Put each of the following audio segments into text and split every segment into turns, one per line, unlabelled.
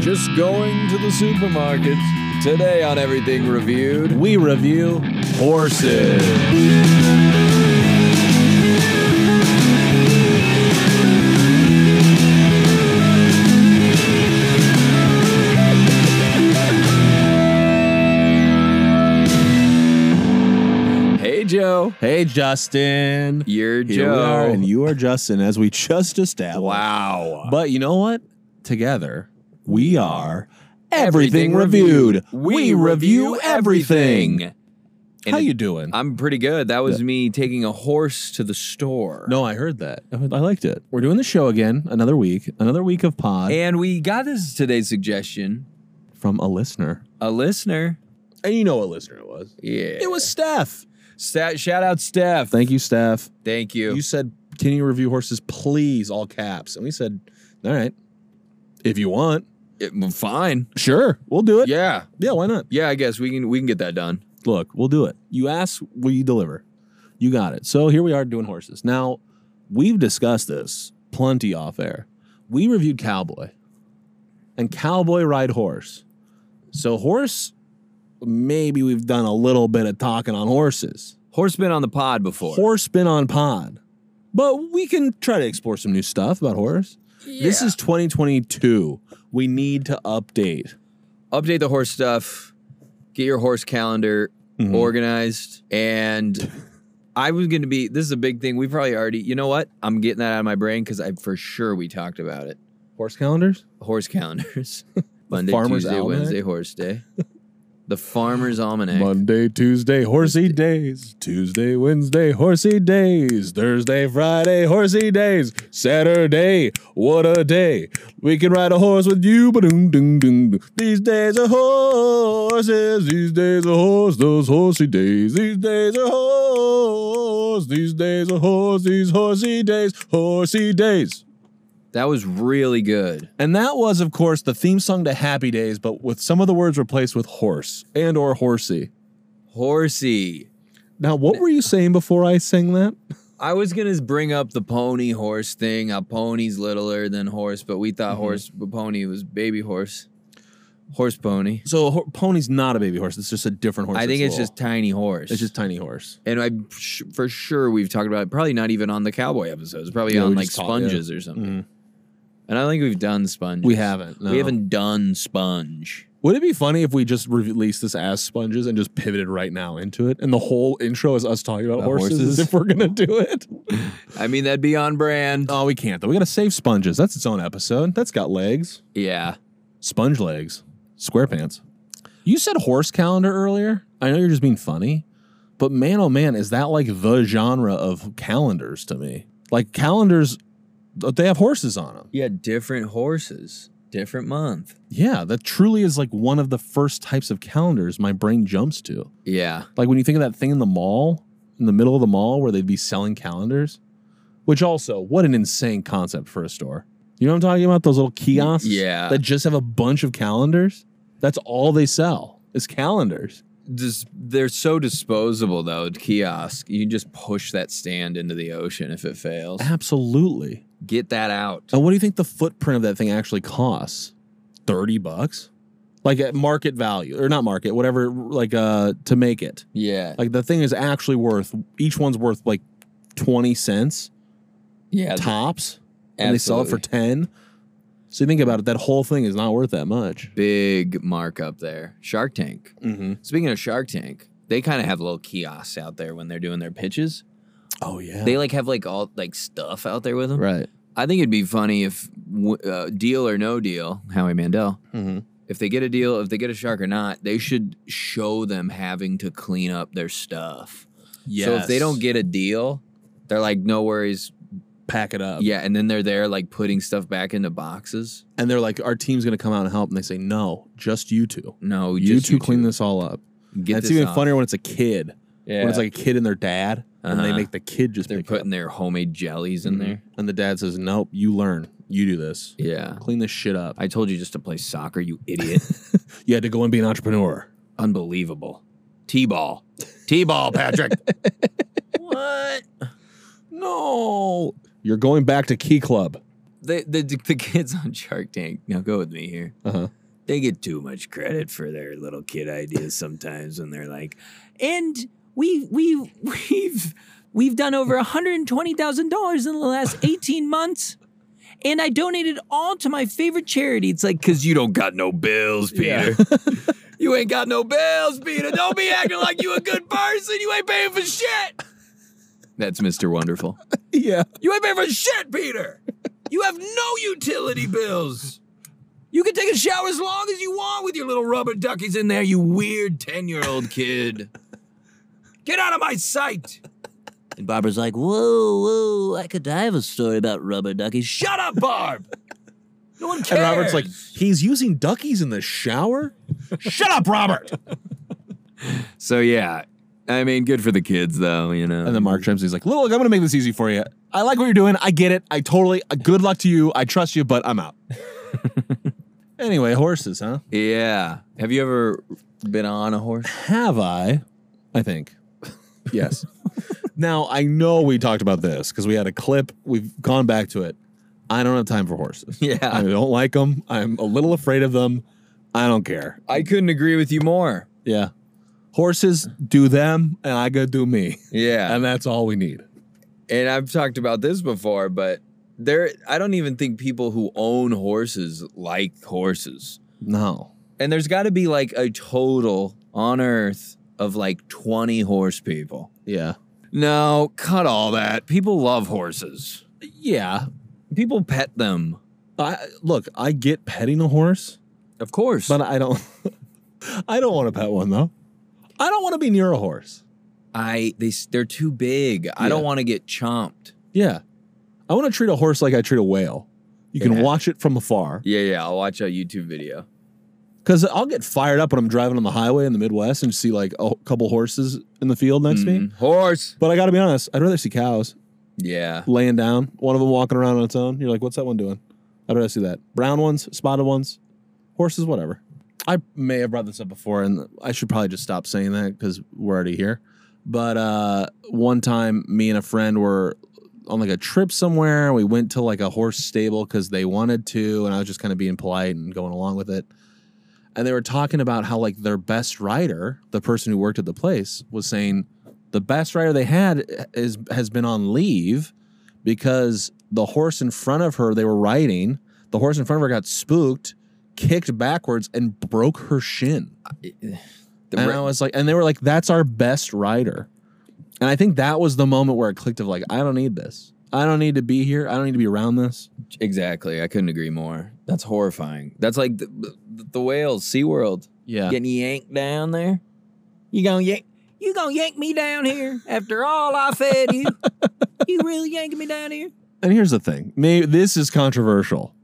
just going to the supermarkets. Today on Everything Reviewed,
We review
horses. Hey, Joe.
Hey, Justin.
You're
Here we are,
Joe.
and you are Justin, as we just established.
wow.
But you know what? Together, we are
Everything
everything, reviewed.
Reviewed. We review everything. And
How
it-
you doing?
I'm pretty good. That was me taking a horse to the store.
no, I heard that. I I liked it. We're doing the show again. Another week. Another week of pod
And we got this today's suggestion.
from a listener.
A listener.
And you know what listener it was.
Yeah.
It was Steph.
Sta- shout out Steph.
Thank you, Steph.
Thank you.
You said, "Can you review horses, please?" All caps, and we said, "All right, if you want,
It- well, fine.
sure, we'll do it."
Yeah.
yeah, why not?
Yeah, I guess we can we can get that done.
Look, we'll do it. You ask, we deliver. You got it. So here we are doing horses. Now, we've discussed this plenty off air. We reviewed cowboy, and cowboy ride horse. So horse, maybe we've done a little bit of talking on horses.
Horse been on the pod before.
Horse been on pod, but we can try to explore some new stuff about horse. This is 2022. We need to update.
update the horse stuff. Get your horse calendar
Mhm.
organized. And I was going to be this is a big thing. We probably already. You know what? I'm getting that out of my brain because I for sure we talked about it.
Horse calendars?
Horse calendars. Monday,
Farmer's
Tuesday,
Almanac?
Wednesday, horse day. the farmer's almanac.
Monday, Tuesday, horsey days. Tuesday, Wednesday, horsey days. Thursday, Friday, horsey days. Saturday, what a day. We can ride a horse with you. Ba-doom, doom, doom, doom. These days are horses. These days are horse. Those horsey days. These days are horse. These days are horse. These horsey days. Horsey days.
That was really good.
And that was, of course, the theme song to Happy Days, but with some of the words replaced with horse and or horsey.
Horsey.
Now, what were you saying before I sang that?
I was gonna bring up the pony horse thing. A pony's littler than horse, but we thought
Mhm.
horse pony was baby horse, horse pony.
So a ho- pony's not a baby horse. It's just a different horse.
I think it's
that's
just tiny horse.
little. it's just tiny horse.
and I sh- for sure we've talked about it. Probably not even on the cowboy episodes. Probably
Yeah, we
on like
just talked, yeah. Mm-hmm.
sponges or something. And I don't think we've done sponges.
We haven't. no.
Mm-hmm. We haven't done sponge.
Would it be funny if we just released this as sponges and just pivoted right now into it, and the whole intro is us talking about
About
horses,
horses?
as if we're gonna do it?
I mean, that'd be on brand.
oh, we can't though. We gotta save sponges. That's its own episode. That's got legs.
Yeah.
Sponge legs. Square pants. You said horse calendar earlier. I know you're just being funny, but man, oh man, is that like the genre of calendars to me? Like calendars, uh, they have horses on them.
Yeah. Different horses, different month.
Yeah, that truly is like one of the first types of calendars my brain jumps to.
Yeah.
Like when you think of that thing in the mall, in the middle of the mall where they'd be selling calendars, which also, what an insane concept for a store. You know what I'm talking about? Those little kiosks
Yeah.
that just have a bunch of calendars. That's all they sell is calendars.
Dis- they're so disposable though. Kiosk, you can just push that stand into the ocean if it fails.
Absolutely.
Get that out.
And what do you think the footprint of that thing actually costs? 30 bucks? Like at market value, or not market, whatever, like uh, to make it.
Yeah,
Like the thing is actually worth each one's worth like twenty cents
yeah,
tops, and they sell it for
absolutely.
ten. So you think about it, that whole thing is not worth that much.
big markup there. Shark Tank.
Mm-hmm.
Speaking of Shark Tank, they kind of have little kiosks out there when they're doing their pitches.
Oh yeah,
They like have like all like stuff out there with them.
right.
I think it'd be funny if w- uh, Deal or No Deal, Howie Mandel.
Mm-hmm.
If they get a deal, if they get a shark or not, they should show them having to clean up their stuff. So if they don't get a deal, they're like, no worries.
pack it up,
Yeah. And then they're there like putting stuff back into boxes.
and they're like, our team's gonna come out and help, and they say, no, just you two,
No,
you
just
two clean this all up.
Get
and it's
this
even
off.
funnier when it's a kid,
Yeah.
when it's like uh, a kid and their dad, and they
Uh-huh.
make the kid just
they're
pick
putting
it
their homemade jellies
up.
in there.
Mhm. and the dad says, nope, you learn, you do this,
Yeah.
clean this shit up.
I told you just to play soccer, you idiot.
You had to go and be an entrepreneur.
Unbelievable. T ball. T ball, Patrick. what?
No. You're going back to Key Club.
The, the the kids on Shark Tank. Now go with me here.
Uh-huh.
they get too much credit for their little kid ideas sometimes when they're like, and we we we've we've done over hundred and twenty thousand dollars in the last eighteen months. And I donated all to my favorite charity. It's like, cause you don't got no bills, Peter. You ain't got no bills, Peter. Don't be acting like you a good person. You ain't paying for shit. That's Mr. Wonderful.
yeah.
You ain't paying for shit, Peter. You have no utility bills. You can take a shower as long as you want with your little rubber duckies in there, you weird 10 year old kid. Get out of my sight. And Barbara's like, whoa, whoa, I could I have a story about rubber duckies. Shut up, Barb. No one cares.
And Robert's like, he's using duckies in the shower? Shut up, Robert.
so yeah. I mean, good for the kids though, you know.
And then Mark Dempsey's like, look, I'm going to make this easy for you. I like what you're doing. I get it. I totally, uh, good luck to you. I trust you, but I'm out. anyway, horses, huh?
Yeah. Have you ever been on a horse?
Have I? I think. Yes. now, I know we talked about this because we had a clip. We've gone back to it. I don't have time for horses. I
Yeah.
don't like them. I'm a little afraid of them. I don't care.
I couldn't agree with you more.
Yeah. Horses do them, and I go do me.
Yeah.
And that's all we need.
and I've talked about this before, but there I don't even think people who own horses like horses.
No.
And there's got to be like a total on earth of like 20 horse people.
Yeah.
No, cut all that. People love horses.
Yeah.
People pet them.
I look, I get petting a horse,
Of course.
but I don't I don't want to pet one though. I don't want to be near a horse.
I they s- they're too big. I
Yeah.
don't want to get chomped.
Yeah. I want to treat a horse like I treat a whale. You can
Yeah.
watch it from afar.
Yeah, yeah. I'll watch a YouTube video.
Cause I'll get fired up when I'm driving on the highway in the Midwest and see like a couple horses in the field next to me.
Mhm. Horse.
But I gotta be honest, I'd rather see cows.
Yeah.
laying down, one of them walking around on its own. You're like, what's that one doing? I'd rather see that. Brown ones, spotted ones, horses, whatever. I may have brought this up before, and I should probably just stop saying that because we're already here. But uh, one time, me and a friend were on like a trip somewhere. We went to like a horse stable because they wanted to, and I was just kind of being polite and going along with it. And they were talking about how like their best rider, the person who worked at the place, was saying the best rider they had uh, is has been on leave because the horse in front of her they were riding, the horse in front of her got spooked, kicked backwards, and broke her shin.
The
and
re-
I was like, and they were like, "That's our best rider," and I think that was the moment where it clicked of like, "I don't need this. I don't need to be here. I don't need to be around this."
exactly. I couldn't agree more. That's horrifying. That's like the, the, the whales, SeaWorld.
Yeah,
Getting yanked down there. You gonna yank you gonna yank me down here after all I fed you. you really yanking me down here?
and here's the thing: maybe this is controversial.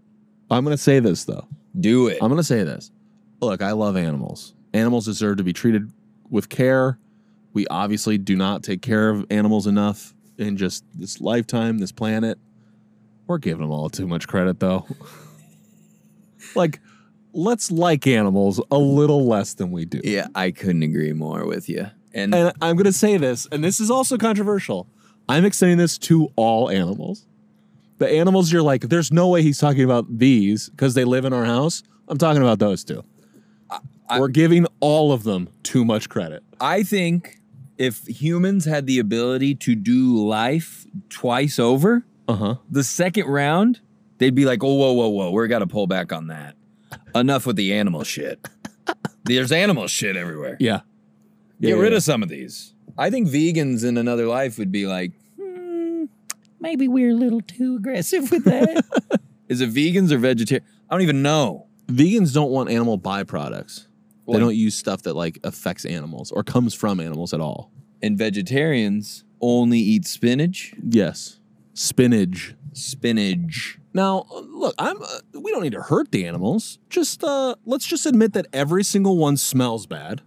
I'm gonna say this though.
Do it.
I'm going to say this. Look, I love animals. Animals deserve to be treated with care. We obviously do not take care of animals enough in just this lifetime, this planet. We're giving them all too much credit, though. like, let's like animals a little less than we do.
yeah, I couldn't agree more with you. And
And I'm going to say this, and this is also controversial. I'm extending this to all animals. The animals you're like, there's no way he's talking about these because they live in our house. I'm talking about those two.
I-
We're giving all of them too much credit.
I think if humans had the ability to do life twice over,
Uh huh.
the second round, they'd be like, oh, whoa, whoa, whoa, we're got to pull back on that. Enough with the animal shit. There's animal shit everywhere.
Yeah.
Get rid of some of these. I think vegans in another life would be like, hmm, maybe we're a little too aggressive with that. Is it vegans or vegetarian? I don't even know.
Vegans don't want animal byproducts.
Like-
They don't use stuff that like affects animals or comes from animals at all.
And vegetarians only eat spinach.
Yes. Spinach.
Spinach.
Now, look, I'm. Uh, we don't need to hurt the animals. Just uh, let's just admit that every single one smells bad.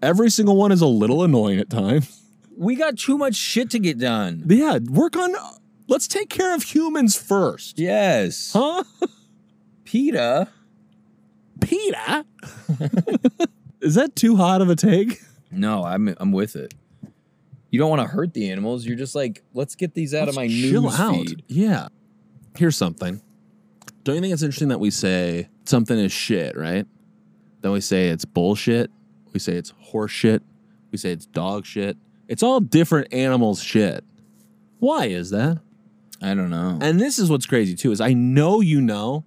Every single one is a little annoying at times.
We got too much shit to get done.
But yeah, work on. uh, Let's take care of humans first,
Yes.
huh?
PETA.
Peter, is that too hot of a take?
No, I'm I'm with it. You don't want to hurt the animals. You're just like, let's get these out of
Let's
my
chill
news
out.
feed.
Yeah. Here's something. Don't you think it's interesting that we say something is shit, right? Then we say it's bullshit. We say it's horse shit. We say it's dog shit. It's all different animals shit. Why is that?
I don't know.
And this is what's crazy too is I know you know,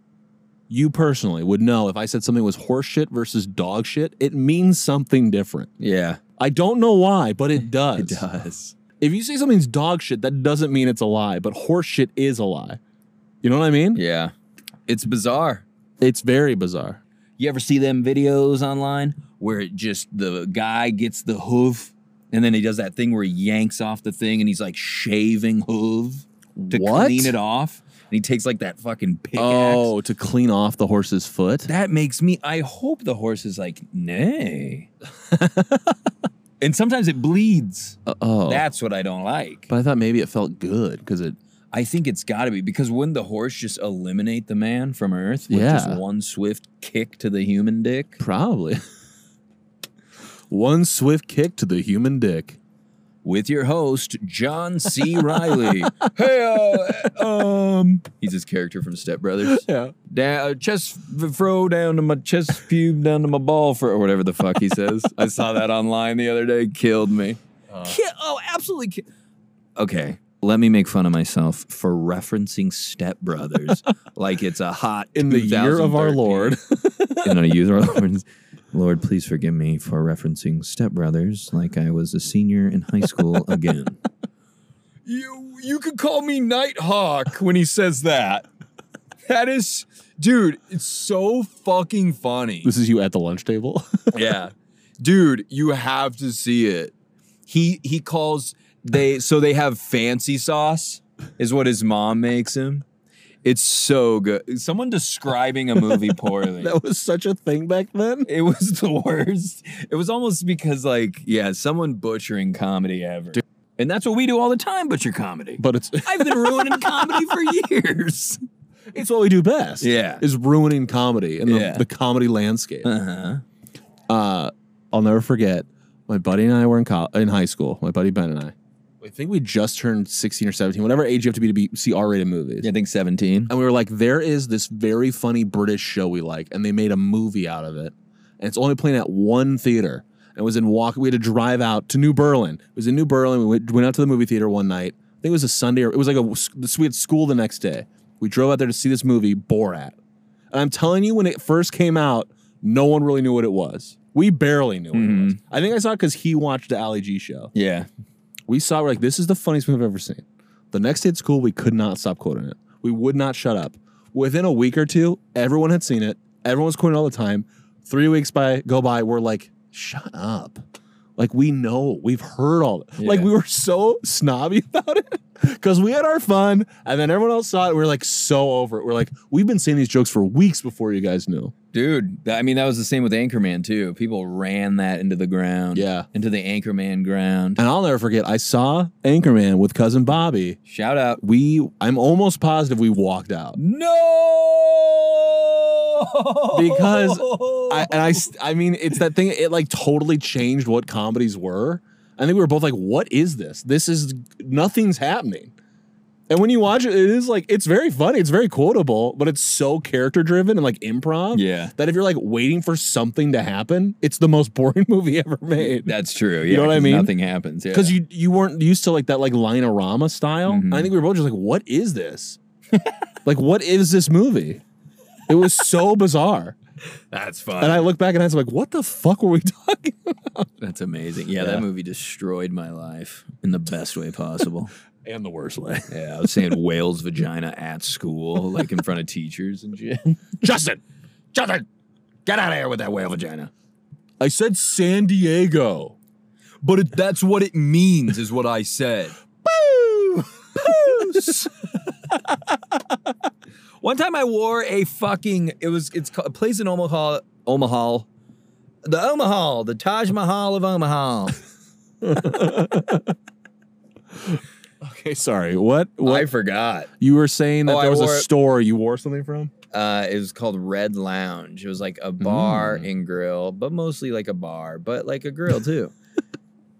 you personally would know if I said something was horse shit versus dog shit, it means something different.
yeah,
I don't know why, but it does.
it does.
If you say something's dog shit, that doesn't mean it's a lie, but horse shit is a lie. You know what I mean?
Yeah, it's bizarre.
It's very bizarre.
You ever see them videos online where it just the guy gets the hoof and then he does that thing where he yanks off the thing and he's like shaving hoof to
What?
clean it off and he takes like that fucking pickaxe.
Oh, to clean off the horse's foot.
That makes me. I hope the horse is like nay, and sometimes it bleeds.
Uh, oh.
That's what I don't like.
but I thought maybe it felt good because it
I think it's got to be because wouldn't the horse just eliminate the man from Earth with
Yeah.
just one swift kick to the human dick?
probably. One swift kick to the human dick.
With your host John C. Riley. hey, uh, um, he's his character from Step Brothers.
Yeah.
Down, uh, chest f- fro down to my chest pube down to my ball for or whatever the fuck he says. I saw that online the other day. Killed me.
Uh-huh.
Ki- oh, absolutely. Ki- okay, let me make fun of myself for referencing Step Brothers like it's a hot
In the year of our
2013.
Lord.
in a youth Lord's, Lord, please forgive me for referencing Step Brothers like I was a senior in high school again.
You you could call me Nighthawk when he says that. That is dude, it's so fucking funny.
This is you at the lunch table.
Yeah. Dude, you have to see it.
He he calls they so they have fancy sauce is what his mom makes him. It's so good. Someone describing a movie poorly.
was such a thing back then.
it was the worst. It was almost because like yeah, someone butchering comedy ever. And that's what we do all the time, butcher comedy.
But it's
I've been ruining comedy for years.
it's what we do best.
Yeah.
Is ruining comedy and
Yeah.
the, the comedy landscape.
Uh-huh.
uh, I'll never forget. My buddy and I were in col in high school. My buddy Ben and I. I think we just turned sixteen or seventeen, whatever age you have to be to be see R rated movies.
I think 17.
And we were like, there is this very funny British show we like, and they made a movie out of it, and it's only playing at one theater. And it was in walk. We had to drive out to New Berlin. It was in New Berlin. We went, went out to the movie theater one night. I think it was a Sunday. Or it was like a so we had school the next day. We drove out there to see this movie Borat. And I'm telling you, when it first came out, no one really knew what it was. We barely knew what it was. I think I saw it because he watched the Ali G show.
Yeah.
We saw it, we're like, this is the funniest movie I've ever seen. The next day at school, we could not stop quoting it. We would not shut up. Within a week or two, everyone had seen it. Everyone was quoting all the time. Three weeks by go by, we're like, shut up. Like we know, we've heard all. Like
Yeah.
we were so snobby about it because we had our fun, and then everyone else saw it. We were like so over it. We're like, we've been saying these jokes for weeks before you guys knew.
Dude, th- I mean, that was the same with Anchorman, too. People ran that into the ground.
Yeah. Uh,
Into the Anchorman ground.
And I'll never forget. I saw Anchorman with cousin Bobby.
Shout out.
We, I'm almost positive we walked out.
No!
Because I, and I, s- I mean, it's that thing. It like totally changed what comedies were. I think we were both like, "What is this? This is nothing's happening." And when you watch it, it is like it's very funny. It's very quotable, but it's so character driven and like improv
Yeah.
that if you're like waiting for something to happen, it's the most boring movie ever made.
That's true. Yeah,
know what I
'cause
mean?
Nothing happens. Yeah.
Because you you weren't used to like that like Linorama style.
Mhm.
I think we were both just like, "What is this? like, what is this movie?" It was so bizarre.
That's fun.
And I look back and I was like, "What the fuck were we talking?"
That's amazing. Yeah,
Yeah.
that movie destroyed my life in the best way possible.
and the worst way.
yeah, I was saying whale's vagina at school, like in front of teachers and shit.
Justin, Justin, get out of here with that whale vagina. I said San Diego.
But it, that's what it means is what I said.
One time I wore a fucking it was it's called, a place in Omaha Omaha the Omaha the Taj Mahal of Omaha.
Okay, sorry. What? What?
I forgot.
you were saying that
Oh, I
there was a
wore it-
store you wore something from?
Uh, it was called Red Lounge. It was like a bar
Mm.
and grill, but mostly like a bar, but like a grill too.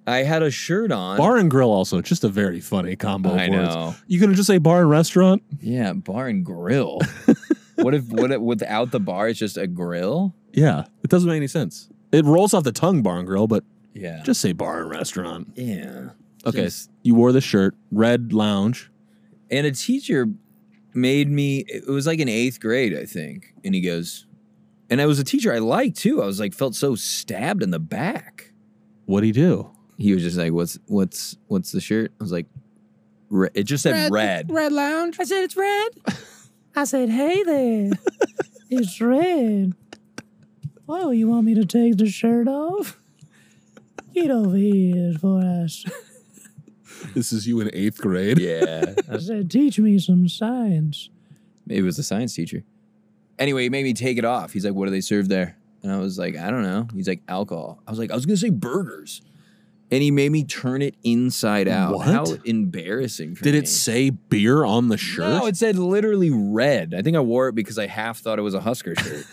I had a shirt on.
Bar and grill also just a very funny combo.
I
of words.
know.
You gonna just say bar and restaurant?
Yeah, bar and grill. what if what if, without the bar it's just a grill?
Yeah, it doesn't make any sense. It rolls off the tongue, barn grill, but
Yeah.
just say bar and restaurant.
yeah.
Okay,
Just-
you wore the shirt, red lounge.
and a teacher made me it was like in eighth grade i think and he goes and i was a teacher i liked too i was like felt so stabbed in the back
What do you do?
he was just like what's what's what's the shirt i was like re- it just said red,
Red lounge.
i said it's red
I said, hey there. it's red. Oh, you want me to take the shirt off? Get over here for us.
This is you in eighth grade.
yeah
I said, teach me some science.
it was a science teacher anyway he made me take it off he's like what do they serve there and i was like i don't know he's like alcohol i was like i was gonna say burgers and he made me turn it inside out
What?
how embarrassing for
Did
me.
it say beer on the shirt?
No, it said literally red. I think I wore it because I half thought it was a Husker shirt.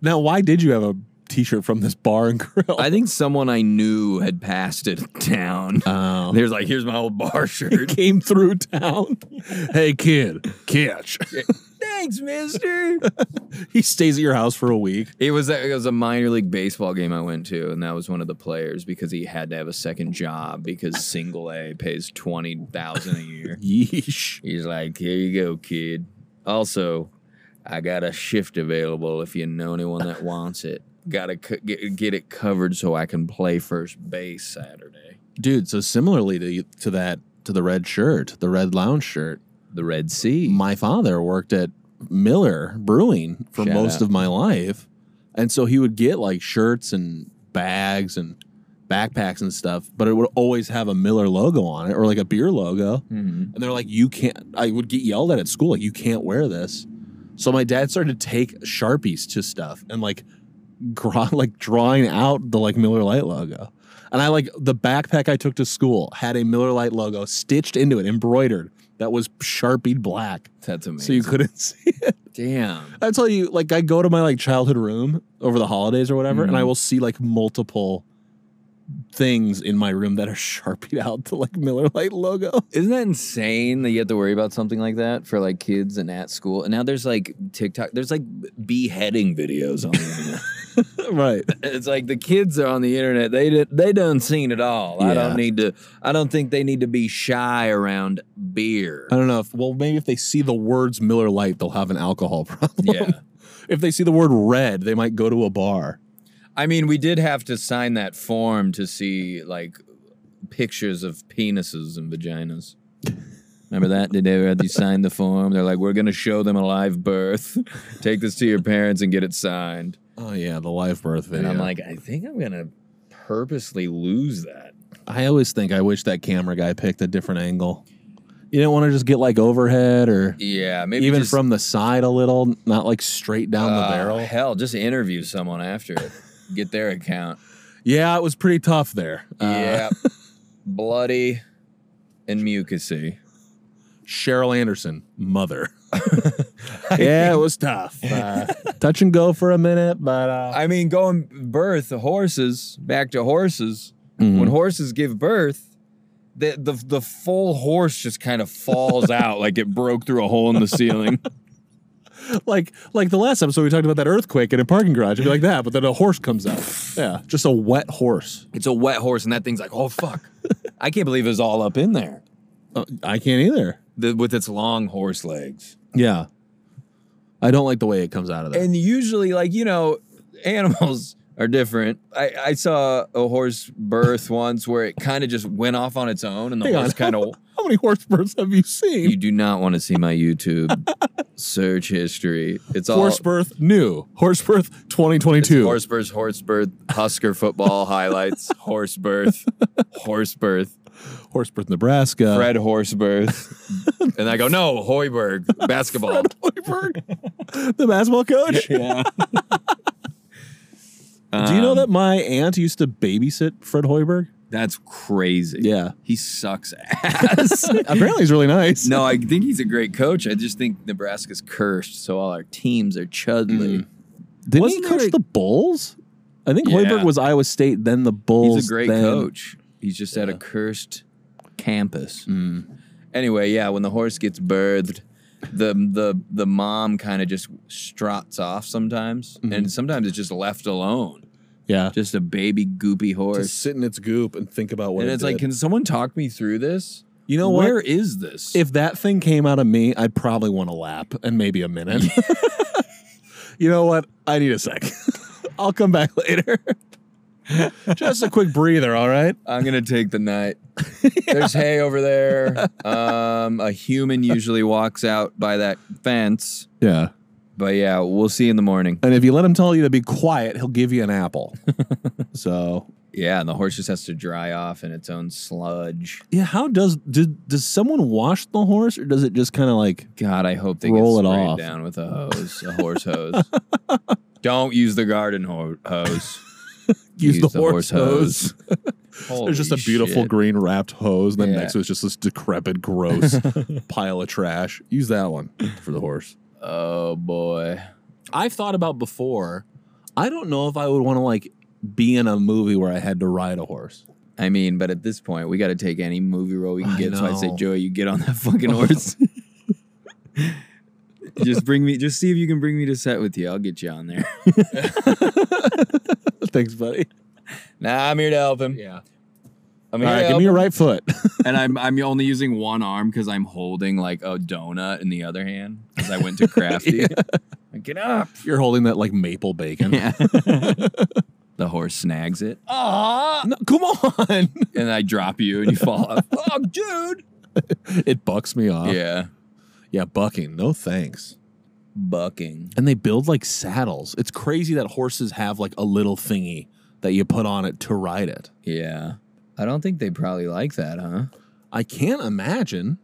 now, why did you have a T-shirt from this bar and grill?
I think someone I knew had passed it down.
Oh.
There's like, here's my old bar shirt.
came through town. hey, kid, catch.
Thanks, mister.
he stays at your house for a week.
It was it was a minor league baseball game I went to, and that was one of the players because he had to have a second job because single A pays twenty thousand a year.
Yeesh.
He's like, here you go, kid. Also, I got a shift available if you know anyone that wants it. Got to co- get, get it covered so I can play first base Saturday.
Dude, so similarly to, to that, to the red shirt, the red lounge shirt,
The Red Sea.
my father worked at Miller Brewing for
Shout
most
out.
of my life. And so he would get like shirts and bags and backpacks and stuff, but it would always have a Miller logo on it or like a beer logo.
Mhm.
And they're like, you can't, I would get yelled at at school, like, you can't wear this. So my dad started to take Sharpies to stuff and like, gra- like drawing out the like Miller Lite logo. And I like the backpack I took to school had a Miller Lite logo stitched into it, embroidered, that was Sharpied black.
That's amazing.
So you couldn't see it.
Damn.
I tell you, like I go to my like childhood room over the holidays or whatever, and
Mhm.
I will see like multiple things in my room that are sharpied out to like Miller Lite logo.
Isn't that insane that you have to worry about something like that for like kids and at school? And now there's like TikTok, there's like beheading videos on the internet.
right.
it's like the kids are on the internet. They did, they done seen it all. I
Yeah.
don't need to. I don't think they need to be shy around beer.
I don't know if well maybe if they see the words Miller Lite, they'll have an alcohol problem.
Yeah.
If they see the word red, they might go to a bar.
I mean, we did have to sign that form to see like pictures of penises and vaginas. Remember that? Did they ever have you sign the form? They're like, we're going to show them a live birth. Take this to your parents and get it signed.
Oh yeah, the live birth
And
video.
I'm like, I think I'm going to purposely lose that.
I always think I wish that camera guy picked a different angle. You didn't want to just get like overhead or
Yeah, maybe
even
just,
from the side a little, not like straight down
uh,
the barrel.
Hell, just interview someone after it. Get their account.
Yeah, it was pretty tough there. Uh,
yeah, bloody and mucousy.
Cheryl Anderson, mother. yeah, it was tough. Uh, touch and go for a minute, but uh,
I mean, going birth, horses, back to horses.
mm-hmm.
When horses give birth, the, the the full horse just kind of falls out like it broke through a hole in the ceiling.
like like the last episode we talked about that earthquake in a parking garage, it'd be like that, but then a horse comes out. Yeah, just a wet horse.
It's a wet horse, and that thing's like, oh fuck! I can't believe it's all up in there
Uh, I can't either.
the, with its long horse legs.
Yeah, I don't like the way it comes out of there.
And usually, like you know, animals are different. I, I saw a horse birth once where it kind of just went off on its own, and the
Hang on.
horse kind of
How many horse births have you seen?
You do not want to see my YouTube search history. It's all
horse birth new, horse birth
it's
2022.
horse birth, horse birth, Husker football highlights, horse birth, horse birth,
Horse birth Nebraska.
Fred horse birth, and I go no Hoiberg basketball.
Hoiberg, the basketball coach. Yeah. Do you know
Um,
that my aunt used to babysit Fred Hoiberg?
That's crazy.
Yeah.
he sucks ass.
Apparently, he's really nice.
no, I think he's a great coach. I just think Nebraska's cursed, so all our teams are chudly.
Mm. didn't
wasn't
he
there
coach
a-
the Bulls? I think
Yeah.
Hoiberg was Iowa State, then the Bulls.
He's a great
then-
coach. He's just at a
Yeah. Mm.
cursed campus. Anyway, yeah, when the horse gets birthed, the the the mom kind of just struts off sometimes,
Mm-hmm.
and sometimes it's just left alone,
Yeah.
just a baby goopy horse.
Just sit in its goop and think about what
and
it
it's like,
did.
can someone talk me through this?
You know what?
Where is this?
If that thing came out of me, I'd probably want a lap and maybe a minute. you know what? I need a sec. I'll come back later. Just a quick breather, all right?
I'm gonna take the night. There's hay over there. Um, a human usually walks out by that fence,
Yeah.
but yeah, we'll see in the morning.
And if you let him tell you to be quiet, he'll give you an apple. so,
Yeah, and the horse just has to dry off in its own sludge.
yeah, how does did, does someone wash the horse or does it just kind of like
God, I hope they
Roll it
get sprayed
off.
down with a hose, a horse hose. Don't use the garden ho- hose.
use, the, horse, hose?
Holy
There's just a beautiful
shit.
green wrapped hose, and then
Yeah.
next to it's just this decrepit, gross pile of trash. Use that one for the horse.
Oh boy.
I've thought about before. I don't know if I would want to like be in a movie where I had to ride a horse.
I mean, but at this point, we got to take any movie role we can
I
get. So I say,
know.
Joey, you get on that fucking horse. just bring me. Just see if you can bring me to set with you. I'll get you on there.
Thanks, buddy.
nah, I'm here to help him.
Yeah.
I'm
All
here to
right, give
help
me your
him.
right foot.
And I'm I'm only using one arm because I'm holding like a donut in the other hand because I went to crafty. Like, Get up.
You're holding that like maple bacon.
Yeah. the horse snags it,
No, come on.
and I drop you, and you fall off. oh, dude.
it bucks me off.
Yeah,
yeah, bucking. No thanks.
bucking.
And they build like saddles. It's crazy that horses have like a little thingy that you put on it to ride it.
Yeah, I don't think they probably like that, huh?
I can't imagine.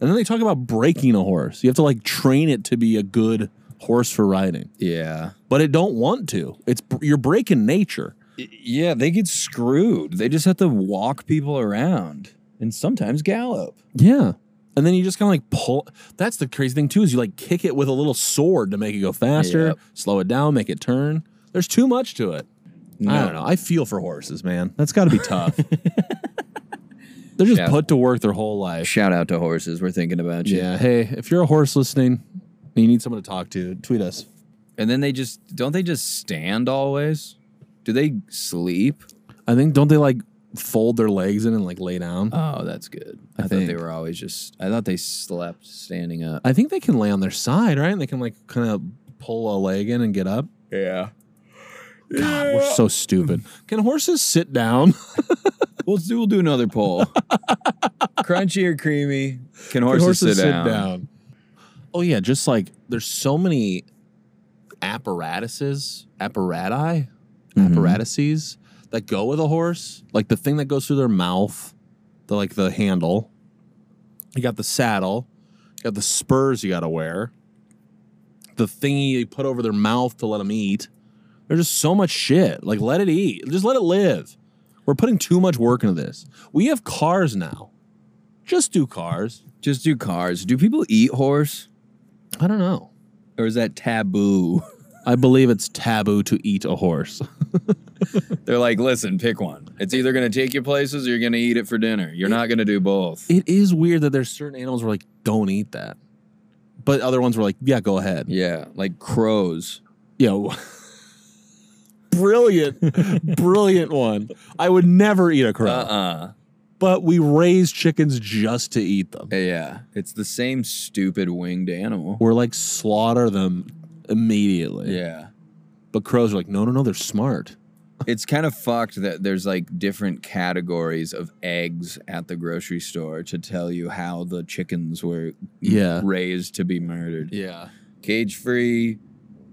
And then they talk about breaking a horse. You have to like train it to be a good horse for riding,
Yeah.
but it don't want to. It's you're breaking nature.
Yeah, they get screwed. They just have to walk people around and sometimes gallop.
Yeah. And then you just kind of like pull. That's the crazy thing too is you like kick it with a little sword to make it go faster,
Yep.
slow it down, make it turn. There's too much to it. I don't know. I feel for horses, man. That's got to be tough. They're just
Yeah.
put to work their whole life.
Shout out to horses. We're thinking about you.
Yeah. Hey, if you're a horse listening, and you need someone to talk to, tweet us.
And then they just don't they just stand always? Do they sleep?
I think don't they like fold their legs in and like lay down?
Oh, that's good. I,
I
thought they
think.
were always just I thought they slept standing up.
I think they can lay on their side, right? And they can like kind of pull a leg in and get up.
Yeah.
God, we're so stupid. Can horses sit down?
We'll do we'll do another poll. Crunchy or creamy? Can horses, sit, down?
Oh yeah, just like there's so many apparatuses, apparati, Mm-hmm.
Mhm.
apparatuses that go with a horse, like the thing that goes through their mouth, the like the handle. You got the saddle, you got the spurs you got to wear, the thingy you put over their mouth to let them eat. There's just so much shit. Like let it eat, just let it live. We're putting too much work into this. We have cars now. Just do cars.
Just do cars. Do people eat horse?
I don't know.
Or is that taboo?
I believe it's taboo to eat a horse.
They're like, listen, pick one. It's either going to take you places or you're going to eat it for dinner. You're not going to do both.
It is weird that there's certain animals where like don't eat that, but other ones were like, yeah, go ahead.
Yeah, like crows.
Yo, brilliant, brilliant one. I would never eat a crow,
Uh-uh.
but we raise chickens just to eat them.
Yeah, it's the same stupid winged animal.
We're like slaughter them immediately.
Yeah.
But crows are like, no, no, no, they're smart.
It's kind of fucked that there's like different categories of eggs at the grocery store to tell you how the chickens were
Yeah.
raised to be murdered.
Yeah.
cage free,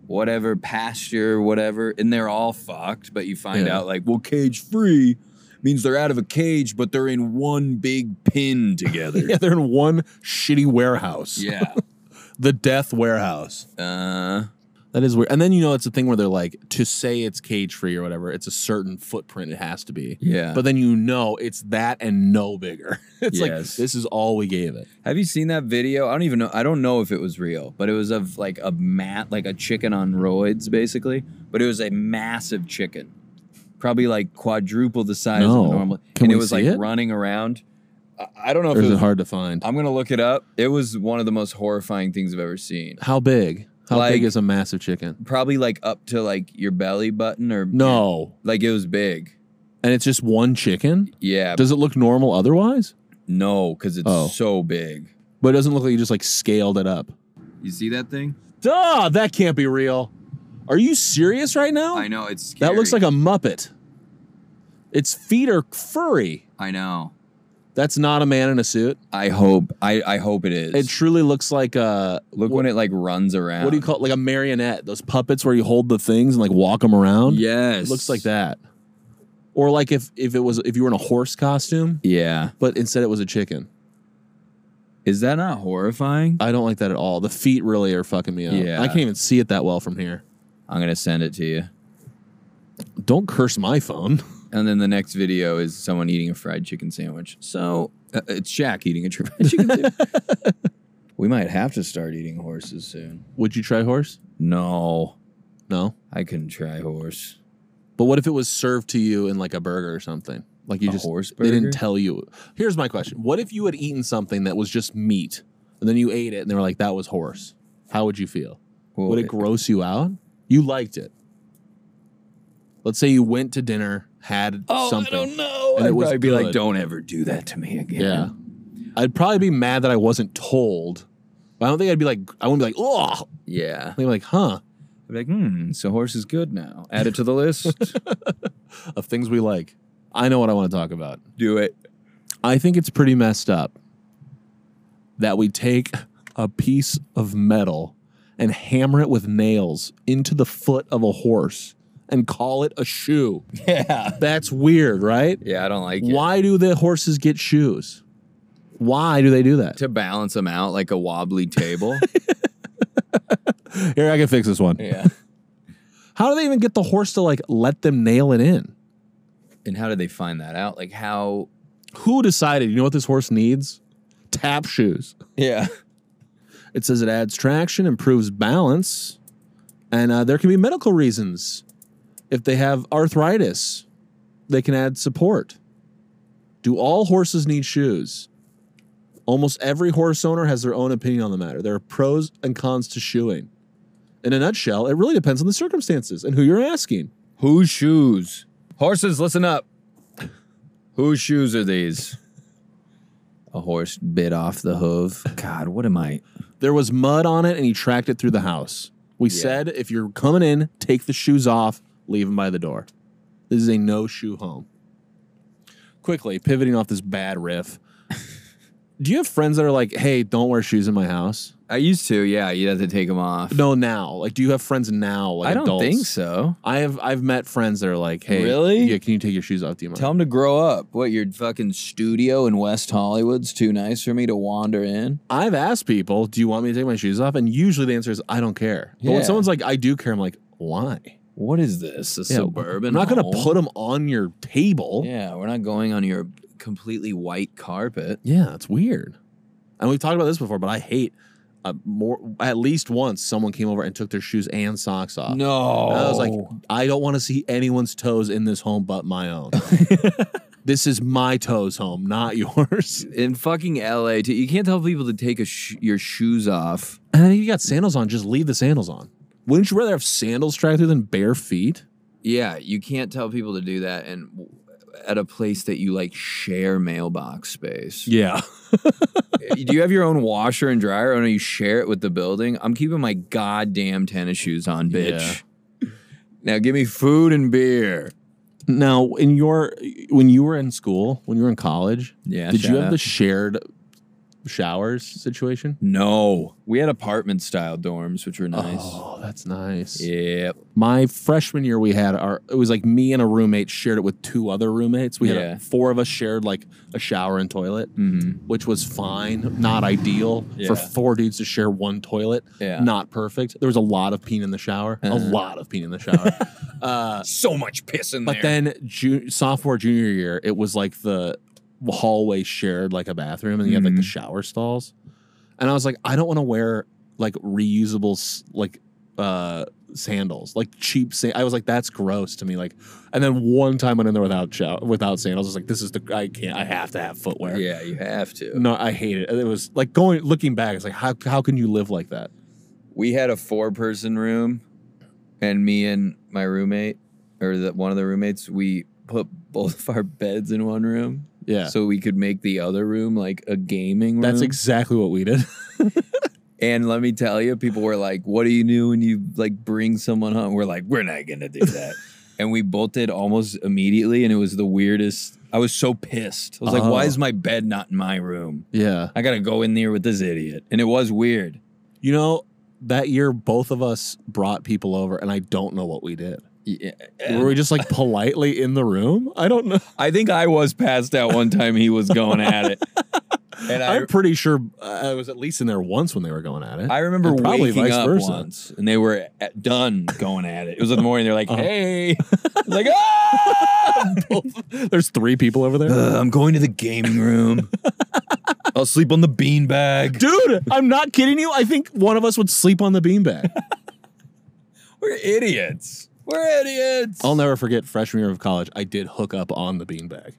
whatever pasture, whatever, and they're all fucked. But you find
Yeah.
out like, well, cage free means they're out of a cage, but they're in one big pin together.
Yeah, they're in one shitty warehouse.
yeah.
The death warehouse.
Uh,
That is weird. And then you know it's a thing where they're like to say it's cage free or whatever. It's a certain footprint it has to be.
yeah.
But then you know it's that and no bigger. It's
Yes.
like this is all we gave it.
have you seen that video? I don't even know. I don't know if it was real, but it was of like a mat, like a chicken on roids, basically. But it was a massive chicken, probably like quadruple the size
No.
of a normal.
Can
and it
we
was
see
like
it?
running around. I- I don't know if
Or
it
is it
was,
hard to find?
I'm gonna look it up. It was one of the most horrifying things I've ever seen.
How big? How
Like-
big is a massive chicken?
Probably like up to like your belly button or
No.
like it was big.
And it's just one chicken?
Yeah,
Does it look normal otherwise?
no, because it's
Oh.
so big.
But it doesn't look like you just like scaled it up.
You see that thing?
Duh, that can't be real. Are you serious right now?
I know it's
That looks
scary.
like a Muppet. Its feet are furry.
I know.
That's not a man in a suit.
I hope. I I hope it is.
It truly looks like a
look when it like runs around.
what do you call it? Like a marionette. Those puppets where you hold the things and like walk them around.
Yes,
It looks like that. Or like if if it was if you were in a horse costume,
Yeah,
but instead it was a chicken.
is that not horrifying?
I don't like that at all. The feet really are fucking me up.
Yeah.
I can't even see it that well from here.
I'm gonna send it to you.
Don't curse my phone.
And then the next video is someone eating a fried chicken sandwich. So uh, it's Shaq eating a tr- fried chicken sandwich. we might have to start eating horses soon.
Would you try horse?
No,
No.
I couldn't try horse.
But what if it was served to you in like a burger or something? Like you
A
just
horse
they didn't
burger?
tell you. Here's my question. What if you had eaten something that was just meat and then you ate it and they were like that was horse? How would you feel?
Well,
Would it
it-
gross you out? You liked it. Let's say you went to dinner, had
Oh,
something.
I don't know.
And
I'd
it was
probably be like,
good.
"Don't ever do that to me again."
Yeah. I'd probably be mad that I wasn't told. But I don't think I'd be like I wouldn't be like, oh
yeah.
I'd be like, huh,
I'd be like, "Hmm, so horse is good now. Add it to the list.
of things we like. I know what I want to talk about.
do it."
I think it's pretty messed up that we take a piece of metal and hammer it with nails into the foot of a horse and call it a shoe.
Yeah.
That's weird, right?
Yeah, I don't like it.
Why do the horses get shoes? Why do they do that?
To balance them out like a wobbly table.
Here, I can fix this one.
yeah.
How do they even get the horse to like let them nail it in?
And how did they find that out? Like how?
Who decided, you know what this horse needs? Tap shoes.
Yeah.
It says it adds traction, improves balance, and uh, there can be medical reasons. If they have arthritis, they can add support. Do all horses need shoes? Almost every horse owner has their own opinion on the matter. There are pros and cons to shoeing. In a nutshell, it really depends on the circumstances and who you're asking.
Whose shoes? Horses, listen up. Whose shoes are these? A horse bit off the hoof. God, what am I?
There was mud on it, and he tracked it through the house. We
Yeah.
said if you're coming in, take the shoes off, leave them by the door. This is a no shoe home. Quickly, pivoting off this bad riff. Do you have friends that are like, hey, don't wear shoes in my house?
I used to, yeah. You'd have to take them off.
No, now. Like, do you have friends now? Like
I don't
adults?
think so.
I have I've met friends that are like, hey,
Really?
Yeah, can you take your shoes off? Do you mind?
Tell them to grow up. What, your fucking studio in West Hollywood's too nice for me to wander in?
I've asked people, do you want me to take my shoes off? And usually the answer is I don't care. But when
Yeah.
someone's like, I do care, I'm like, why?
What is this? A
Yeah,
suburban?
I'm not going
home?
to put them on your table.
Yeah, we're not going on your completely white carpet.
Yeah, it's weird. And we've talked about this before, but I hate uh, more at least once someone came over and took their shoes and socks off.
No.
And I was like, I don't want to see anyone's toes in this home but my own. this is my toes home, not yours.
in fucking LA, t- you can't tell people to take a sh- your shoes off.
And I think you got sandals on, just leave the sandals on. Wouldn't you rather have sandals tracked through than bare feet?
Yeah, you can't tell people to do that and w- at a place that you like share mailbox space.
Yeah.
do you have your own washer and dryer or do you share it with the building? I'm keeping my goddamn tennis shoes on, bitch. Now give me food and beer.
Now, in your when you were in school, when you were in college,
Yeah.
did you
shout
have
out.
the shared showers situation?
No. We had apartment style dorms, which were nice.
Oh, that's nice.
Yep.
My freshman year, we had our. It was like me and a roommate shared it with two other roommates. We had
Yeah.
a, four of us shared like a shower and toilet,
Mhm.
which was fine, not ideal
Yeah.
for four dudes to share one toilet.
Yeah.
Not perfect. There was a lot of peeing in the shower. A
Uh-huh.
lot of peeing in the shower. uh,
So much piss in
but
there.
then ju- sophomore junior year, it was like the hallway shared like a bathroom, and you had like the
Mhm.
shower stalls. And I was like, I don't want to wear like reusable s- like uh sandals, like cheap. Sa- I was like, that's gross to me. Like, and then one time went in there without chow- without sandals. I was like, this is the I can't. I have to have footwear.
Yeah, you have to.
No, I hate it. It was like going looking back. It's like how how can you live like that?
we had a four person room and me and my roommate or the, one of the roommates we put both of our beds in one room
Yeah,
so mm-hmm. we could make the other room like a gaming room
that's exactly what we did.
and let me tell you people were like what do you do when you like bring someone home we're like we're not gonna do that and we bolted almost immediately and it was the weirdest i was so pissed i was like why
Oh.
is my bed not in my room
yeah,
i gotta go in there with this idiot and it was weird
you know that year both of us brought people over, and I don't know what we did.
yeah.
Were we just like politely in the room? I don't know.
I think I was passed out one time he was going at it. And I,
I'm pretty sure uh, I was at least in there once when they were going at it.
I remember
and probably
waking
vice
up
versa.
once and they were at, done going at it. It was in the morning. They're like,
Uh-huh.
hey, I was like, ah,
There's three people over there.
Ugh, Uh, I'm going to the gaming room. I'll sleep on the beanbag.
Dude, I'm not kidding you. I think one of us would sleep on the beanbag.
We're idiots. We're idiots.
I'll never forget freshman year of college. I did hook up on the beanbag.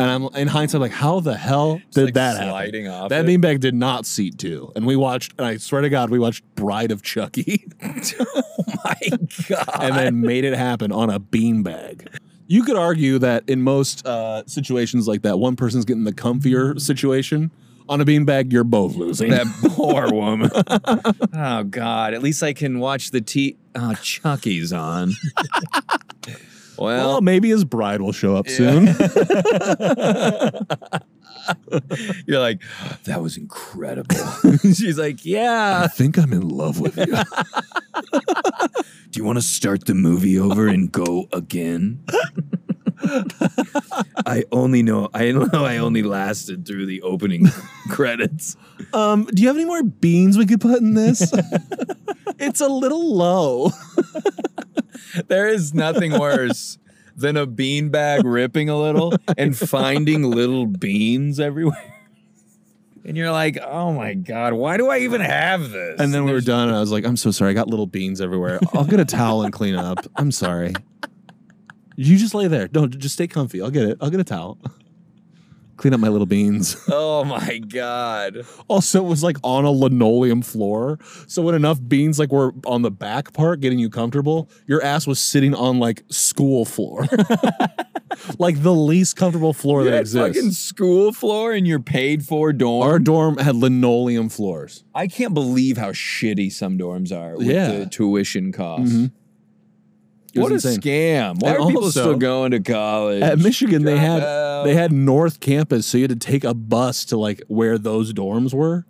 And I'm in hindsight, I'm like, how the hell did
like,
that happen?
sliding off
That
it.
beanbag did not seat two. And we watched, and I swear to God, we watched Bride of Chucky
my God.
and then made it happen on a beanbag. You could argue that in most uh, situations like that, one person's getting the comfier situation. On a beanbag, you're both losing.
That poor woman. oh God! At least I can watch the T. Oh, Chucky's on. well, Um,
well, maybe his bride will show up soon.
You're like, that was incredible. She's like, yeah.
I think I'm in love with you.
Do you want to start the movie over and go again? I only know I know I only lasted through the opening credits.
Um, do you have any more beans we could put in this? it's a little low.
There is nothing worse than a beanbag ripping a little and finding little beans everywhere. And you're like, oh my god, why do I even have this?
And then we were done, and I was like, I'm so sorry. I got little beans everywhere. I'll get a towel and clean up. I'm sorry. You just lay there. No, just stay comfy. I'll get it. I'll get a towel. Clean up my little beans.
oh my god,
Also, it was like on a linoleum floor. So when enough beans like were on the back part getting you comfortable, your ass was sitting on like school floor. like the least comfortable floor
you
that
had
exists.
fucking school floor in your paid for dorm.
Our dorm had linoleum floors.
I can't believe how shitty some dorms are with
Yeah.
the tuition costs.
Mhm. It
What a
was insane.
scam! Why
And
are people
also-
still going to college?
At Michigan, they had
Drop out.
they had North Campus, so you had to take a bus to like where those dorms were.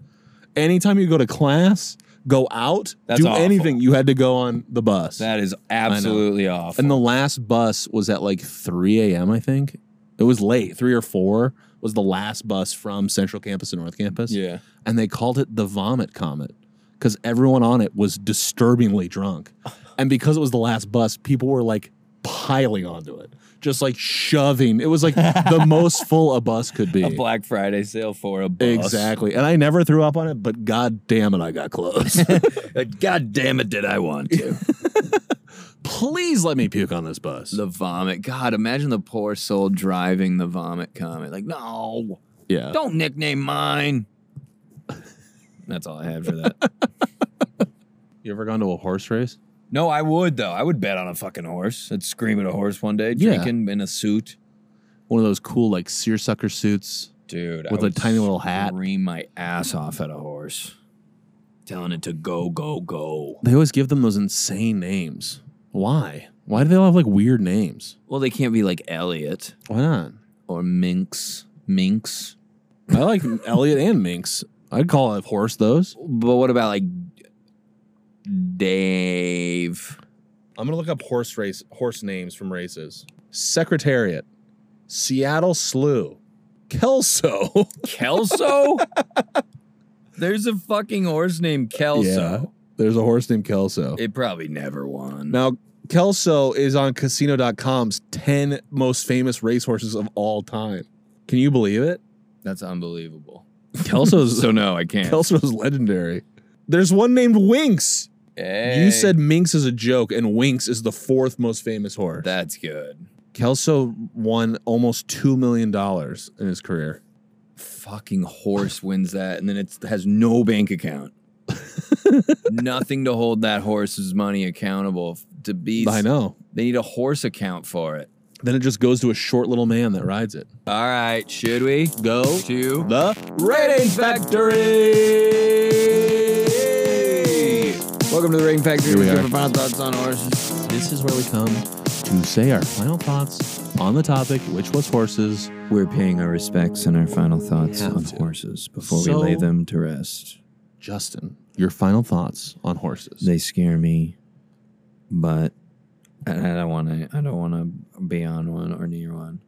Anytime you go to class, go out,
That's
do
awful.
anything, you had to go on the bus.
that is absolutely awful.
and the last bus was at like 3 a.m. I think it was late, three or four was the last bus from Central Campus to North Campus.
yeah,
and they called it the vomit comet because everyone on it was disturbingly drunk. And because it was the last bus, people were like piling onto it, just like shoving. It was like the most full a bus could be.
a Black Friday sale for a bus.
Exactly. And I never threw up on it, but god damn it, I got close.
God damn it, did I want to?
Please let me puke on this bus.
the vomit. God, imagine the poor soul driving the vomit comet. Like, no,
yeah.
don't nickname mine. That's all I had for that.
You ever gone to a horse race?
No, I would though. I would bet on a fucking horse. I'd scream at a horse one day,
Yeah.
drinking in a suit,
One of those cool like seersucker suits.
dude.
With a
I would
tiny little hat.
scream my ass off at a horse, telling it to go, go, go.
They always give them those insane names. Why? Why do they all have like weird names?
Well, they can't be like Elliot
Why not?
or Minx, Minx.
I like Elliot and Minx. I'd call a horse those.
But what about like Dave?
I'm gonna look up horse race horse names from races. Secretariat, Seattle Slough, Kelso.
Kelso? There's a fucking horse named Kelso.
There's a horse named Kelso.
It probably never won.
now Kelso is on Casino.com's 10 most famous racehorses of all time. Can you believe it?
That's unbelievable.
Kelso's
So no, I can't.
Kelso's legendary. There's one named Winks.
Hey,
You said Minx is a joke, and Winx is the fourth most famous horse.
that's good.
Kelso won almost $2 million in his career.
Fucking horse wins that, and then it has no bank account. Nothing to hold that horse's money accountable f- to be.
I know.
They need a horse account for it.
Then it just goes to a short little man that rides it.
All right, should we
Go
to
the Rating Factory!
Welcome to the Ring Factory.
Here we are.
For final thoughts on horses.
This is where we come to say our final thoughts on the topic, which was horses.
We're paying our respects and our final thoughts
Have
on
to.
horses before
So-
we lay them to rest.
Justin, your final thoughts on horses.
They scare me, but and I don't want to. I don't want to be on one or near one.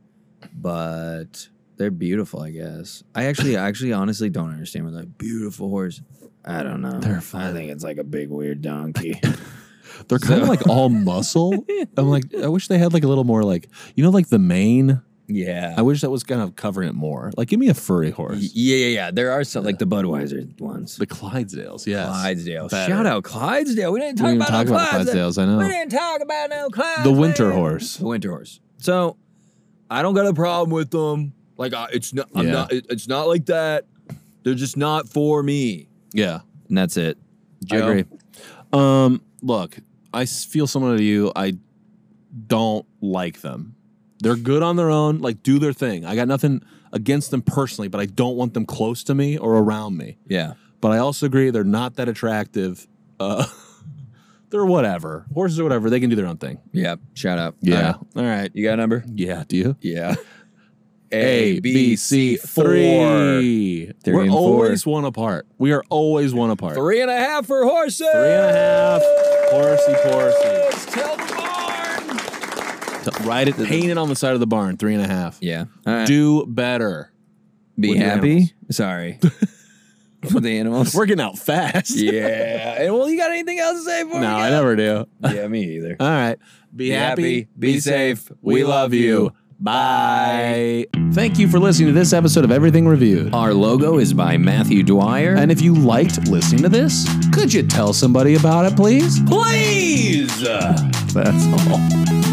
But they're beautiful, I guess. I actually, I actually, honestly don't understand. We're like beautiful horse. I don't know.
They're
I
fun.
think it's like a big weird donkey.
They're kind of like all muscle. I'm like, I wish they had like a little more like, you know, like the mane.
Yeah.
I wish that was kind of covering it more. Like, give me a furry
Y-
horse.
Yeah, yeah, yeah. There are some like
like the Budweiser ones.
The Clydesdales, yes.
Clydesdale.
Better.
Shout out Clydesdale. We didn't
we
talk
didn't
about,
talk
no
about
Clydesdale.
Clydesdales, I
We
know.
didn't talk about no Clydesdale.
The winter horse.
The winter horse. So I don't got a problem with them. Like I, it's not. I'm
Yeah.
not. it- it's not like that. They're just not for me.
Yeah.
And that's it.
Joe?
I agree. Um, look, I s- feel similar to you. I don't like them. They're good on their own. Like, do their thing. I got nothing against them personally, but I don't want them close to me or around me.
Yeah.
But I also agree they're not that attractive. Uh, they're whatever. Horses are whatever. They can do their own thing.
Yeah. Shout out. All right.
All right.
You got a number?
Yeah. Do you?
Yeah.
A, B, C,
four.
three.
Three
We're
and four.
always one apart. We are always one apart.
Three and a half for horses. Three
and a half. Horsey, horsey.
Tell the barn.
T- Write it, paint it on the side of the barn. Three and a half.
Yeah. All right.
Do better.
Be
with your
happy.
animals.
Sorry. With the animals.
We're getting out fast.
yeah. And well, you got anything else to say for
No, I never do.
Yeah, me either.
All right. Be,
Be
happy,
happy, be safe. We love you.
Bye. Thank you for listening to this episode of Everything Reviewed.
Our logo is by Matthew Dwyer.
And if you liked listening to this, could you tell somebody about it, please?
please.
That's all.